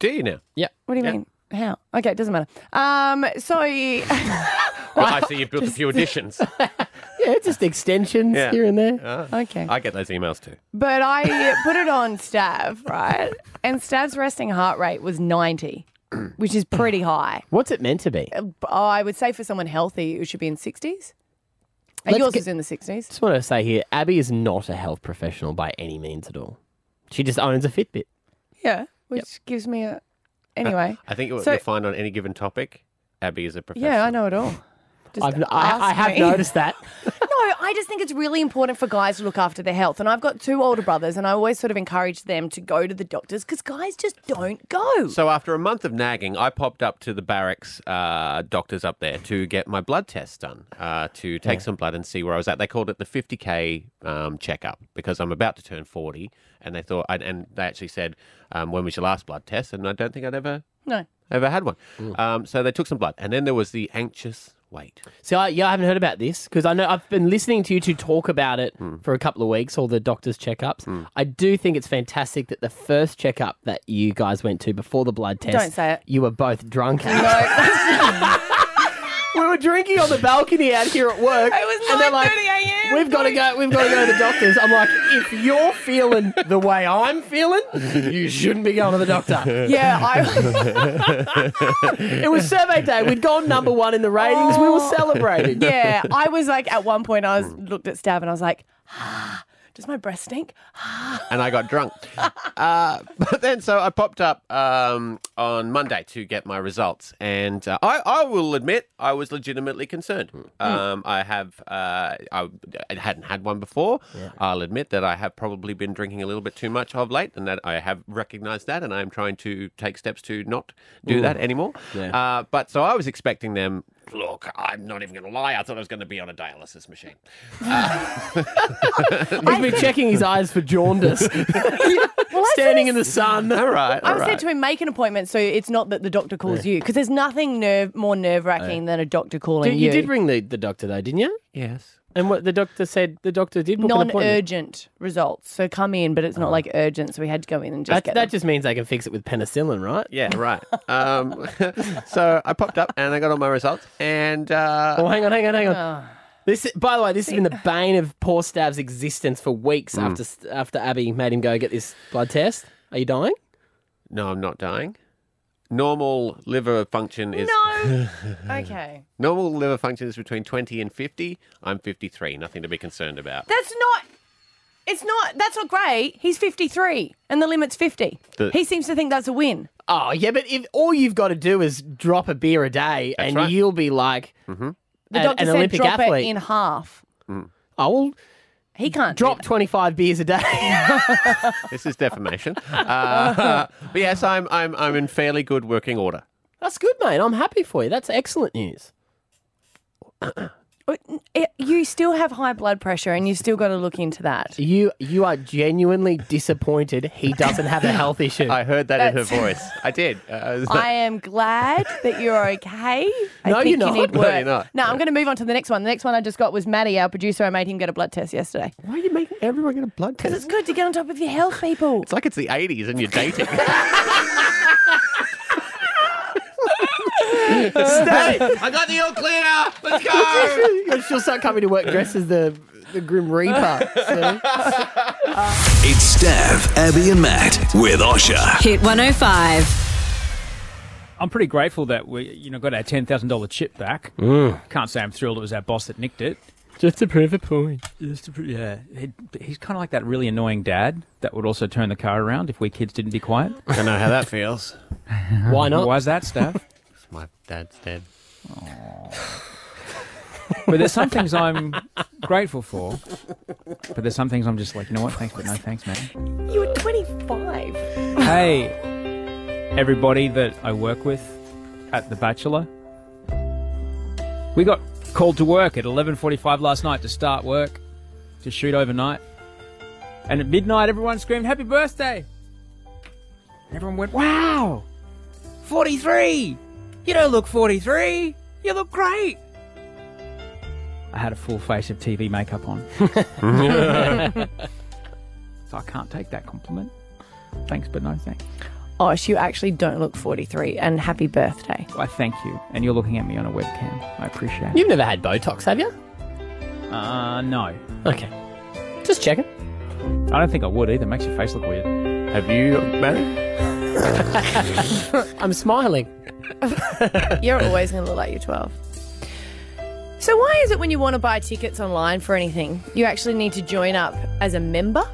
Do you now?
Yeah.
What do you mean? How? Okay, it doesn't matter. Um, so
Well, I see you built a few additions.
Yeah, just extensions
Yeah.
here and there.
Ah.
Okay.
I get those emails too.
But I put it on Stav, right? And Stav's resting heart rate was 90, which is pretty high.
What's it meant to be?
Uh, I would say for someone healthy, it should be in 60s. And
Let's
yours
get-
is in the 60s.
Just want to say here, Abby is not a health professional by any means at all. She just owns a Fitbit.
Yeah, which gives me a. Anyway.
I think what
So-
you'll find on any given topic, Abby is a professional.
Yeah, I know it all. Just
I've, I, I
ask
have
me.
noticed that.
No, I just think it's really important for guys to look after their health. And I've got two older brothers, and I always sort of encourage them to go to the doctors because guys just don't go.
So after a month of nagging, I popped up to the barracks uh, doctors up there to get my blood test done, uh, to take some blood and see where I was at. They called it the 50k um, checkup because I'm about to turn 40, and they thought, and- and they actually said, um, "When was your last blood test?" And I don't think I'd ever
No. Mm.
ever had one. Um, so they took some blood, and then there was the anxious wait.
See, I, yeah, I haven't heard about this because I know I've been listening to you two talk about it for a couple of weeks, all the doctors' checkups. I do think it's fantastic that the first checkup that you guys went to before the blood test,
Don't say it.
you were both drunk. we were drinking on the balcony out here at work. It was and they're like, We've got to go. We've got to go to the doctors. I'm like, if you're feeling the way I'm feeling, you shouldn't be going to the doctor.
Yeah,
I. it was survey day. We'd gone number one in the ratings. We
Oh.
were celebrating.
Yeah, I was like, at one point, I was looked at Stav and I was like, ah, does my breast stink?
and I got drunk. Uh, but then, so I popped up um, on Monday to get my results, and uh, I, I will admit I was legitimately concerned.
Hmm.
Um, I have uh, I I hadn't had one before. I'll admit that I have probably been drinking a little bit too much of late, and that I have recognised that, and I am trying to take steps to not do
Ooh.
that anymore.
Yeah.
Uh, but so I was expecting them. Look, I'm not even going to lie. I thought I was going to be on a dialysis machine.
He's been checking his eyes for jaundice. Standing in the sun.
All right.
I said to him, make an appointment so it's not that the doctor calls you because there's nothing nerve more nerve wracking than a doctor calling
you,
you.
did ring the, the doctor though, didn't you?
Yes.
And what the doctor said, the doctor did book an
non
appointment. Oh.
urgent results. So come in, but it's not like urgent. So we had to go in and just
That,
get
that just means they can fix it with penicillin, right?
Yeah, right. Um, so I popped up and I got all my results. And uh,
Oh, hang on, hang on, hang on.
Oh.
This, by the way, this has been the bane of poor Stab's existence for weeks
Mm.
after after Abby made him go get this blood test. Are you dying?
No, I'm not dying. Normal liver function is
No. okay.
normal liver function is between 20 and 50. I'm 53. Nothing to be concerned about.
That's not. It's not. That's not great. He's 53 and the limit's 50.
The-
he seems to think that's a win.
Oh yeah, but if all you've got to do is drop a beer a day, and
right.
you'll be like
The
an,
doctor
Mm-hmm. an
said
Olympic
drop
athlete.
it in half.
oh, well,
he can't
drop twenty five beers a day.
This is defamation. uh, but yes, I'm I'm I'm in fairly good working order.
That's good, mate. I'm happy for you. That's excellent news.
It- you still have high blood pressure and you've still got to look into that.
You you are genuinely disappointed he doesn't have a health issue. I
heard that in her
That's-
voice. I did. Uh,
I am glad that you're okay. I
No,
think
you're not.
You need
No,
work.
you're not.
No, I'm going to move on to the next one. The next one I just got was Maddie, our producer. I made him get a blood test yesterday.
Why are you making everyone get a blood test?
Because it's good to get on top of your health, people.
it's like it's the 80s and you're dating.
Stay.
I got the all clear. Let's go.
She'll start coming to work dressed as the the Grim Reaper. so.
It's Stav, Abby, and Matt with Osha.
Hit 105.
I'm pretty grateful that we, you know, got our ten thousand dollar chip back.
Mm.
Can't say I'm thrilled it was our boss that nicked it.
Just to prove a point.
Just to prove, yeah, he, he's kind of like that really annoying dad that would also turn the car around if we kids didn't be quiet.
Don't know how that feels.
Why not? Why's that, Stav?
My dad's dead.
but there's some things I'm grateful for. But there's some things I'm just like, you know what? Thanks, but no thanks, man.
You were 25.
Hey, everybody that I work with at The Bachelor, we got called to work at 11:45 last night to start work, to shoot overnight, and at midnight everyone screamed "Happy Birthday!" Everyone went, "Wow, 43! You don't look 43. You look great." I had a full face of TV makeup on. so I can't take that compliment. Thanks, but no thanks.
Osh, you actually don't look 43, and happy birthday.
I thank you. And you're looking at me on a webcam. I appreciate it.
You've never had Botox, have you?
Uh, no.
Okay. Just checking.
I don't think I would either. Makes your face look weird.
Have you married?
I'm smiling.
You're always going to look like you're 12. So, why is it when you want to buy tickets online for anything, you actually need to join up as a member?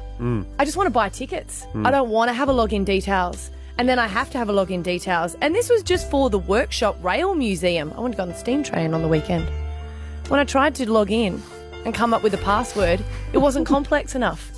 I just want to buy tickets.
Mm.
I don't want to have a login details. And then I have to have a login details. And this was just for the workshop rail museum. I went to go on the steam train on the weekend. When I tried to log in and come up with a password, it wasn't complex enough.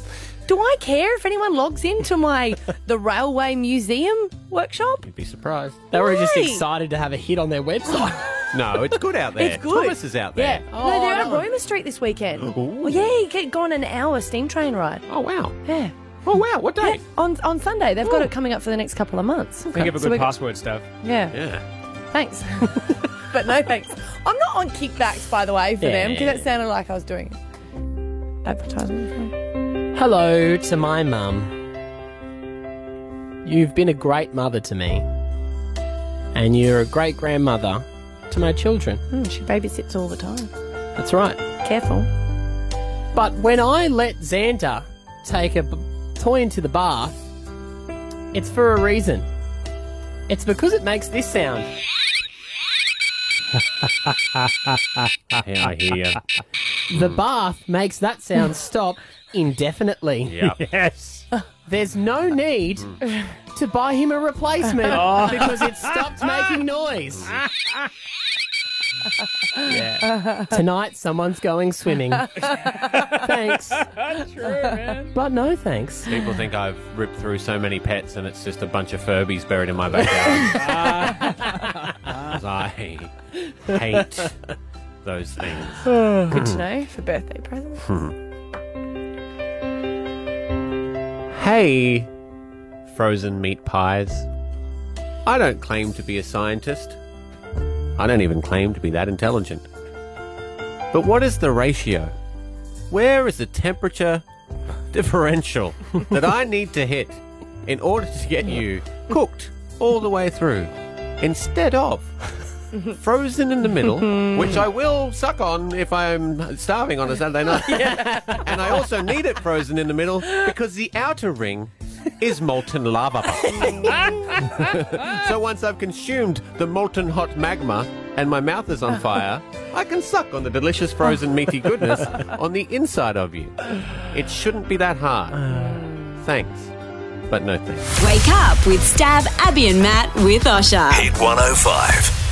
Do I care if anyone logs into my the railway museum workshop?
You'd be surprised.
They were just
Why?
excited to have a hit on their website.
No, it's good out there.
It's good.
Thomas is out there.
Yeah.
Oh,
no, they're at Roma Street this weekend. Well, yeah, you get gone an hour steam train ride.
Oh wow.
Yeah.
Oh wow, what
day? on on Sunday. They've got it coming up for the next couple of months.
Think of a
So
good
we-
password, Stav.
Yeah.
Yeah.
Thanks. but no thanks. I'm not on kickbacks, by the way, for
Yeah.
them, because that sounded like I was doing advertising.
Hello to my mum. You've been a great mother to me. And you're a great grandmother to my children.
Hmm, she babysits all the time.
That's right.
Careful.
But when I let Xander take a b- toy into the bath, it's for a reason. It's because it makes this sound.
I hear you.
The bath makes that sound stop indefinitely.
Yeah.
Yes. There's no need to buy him a replacement
Oh.
because it stopped making noise.
Yeah.
Tonight, someone's going swimming. thanks.
True, man.
But no thanks.
People think I've ripped through so many pets and it's just a bunch of Furbies buried in my backyard. 'Cause I hate those things. Hmm.
Good to know for birthday presents.
hey, frozen meat pies. I don't claim to be a scientist. I don't even claim to be that intelligent. But what is the ratio? Where is the temperature differential that I need to hit in order to get you cooked all the way through instead of frozen in the middle, which I will suck on if I'm starving on a Saturday night? and I also need it frozen in the middle because the outer ring is molten lava. so once I've consumed the molten hot magma and my mouth is on fire, I can suck on the delicious frozen meaty goodness on the inside of you. It shouldn't be that hard. Thanks, but no thanks.
Wake up with Stab, Abby, and Matt with Osha.
oh Hit 105.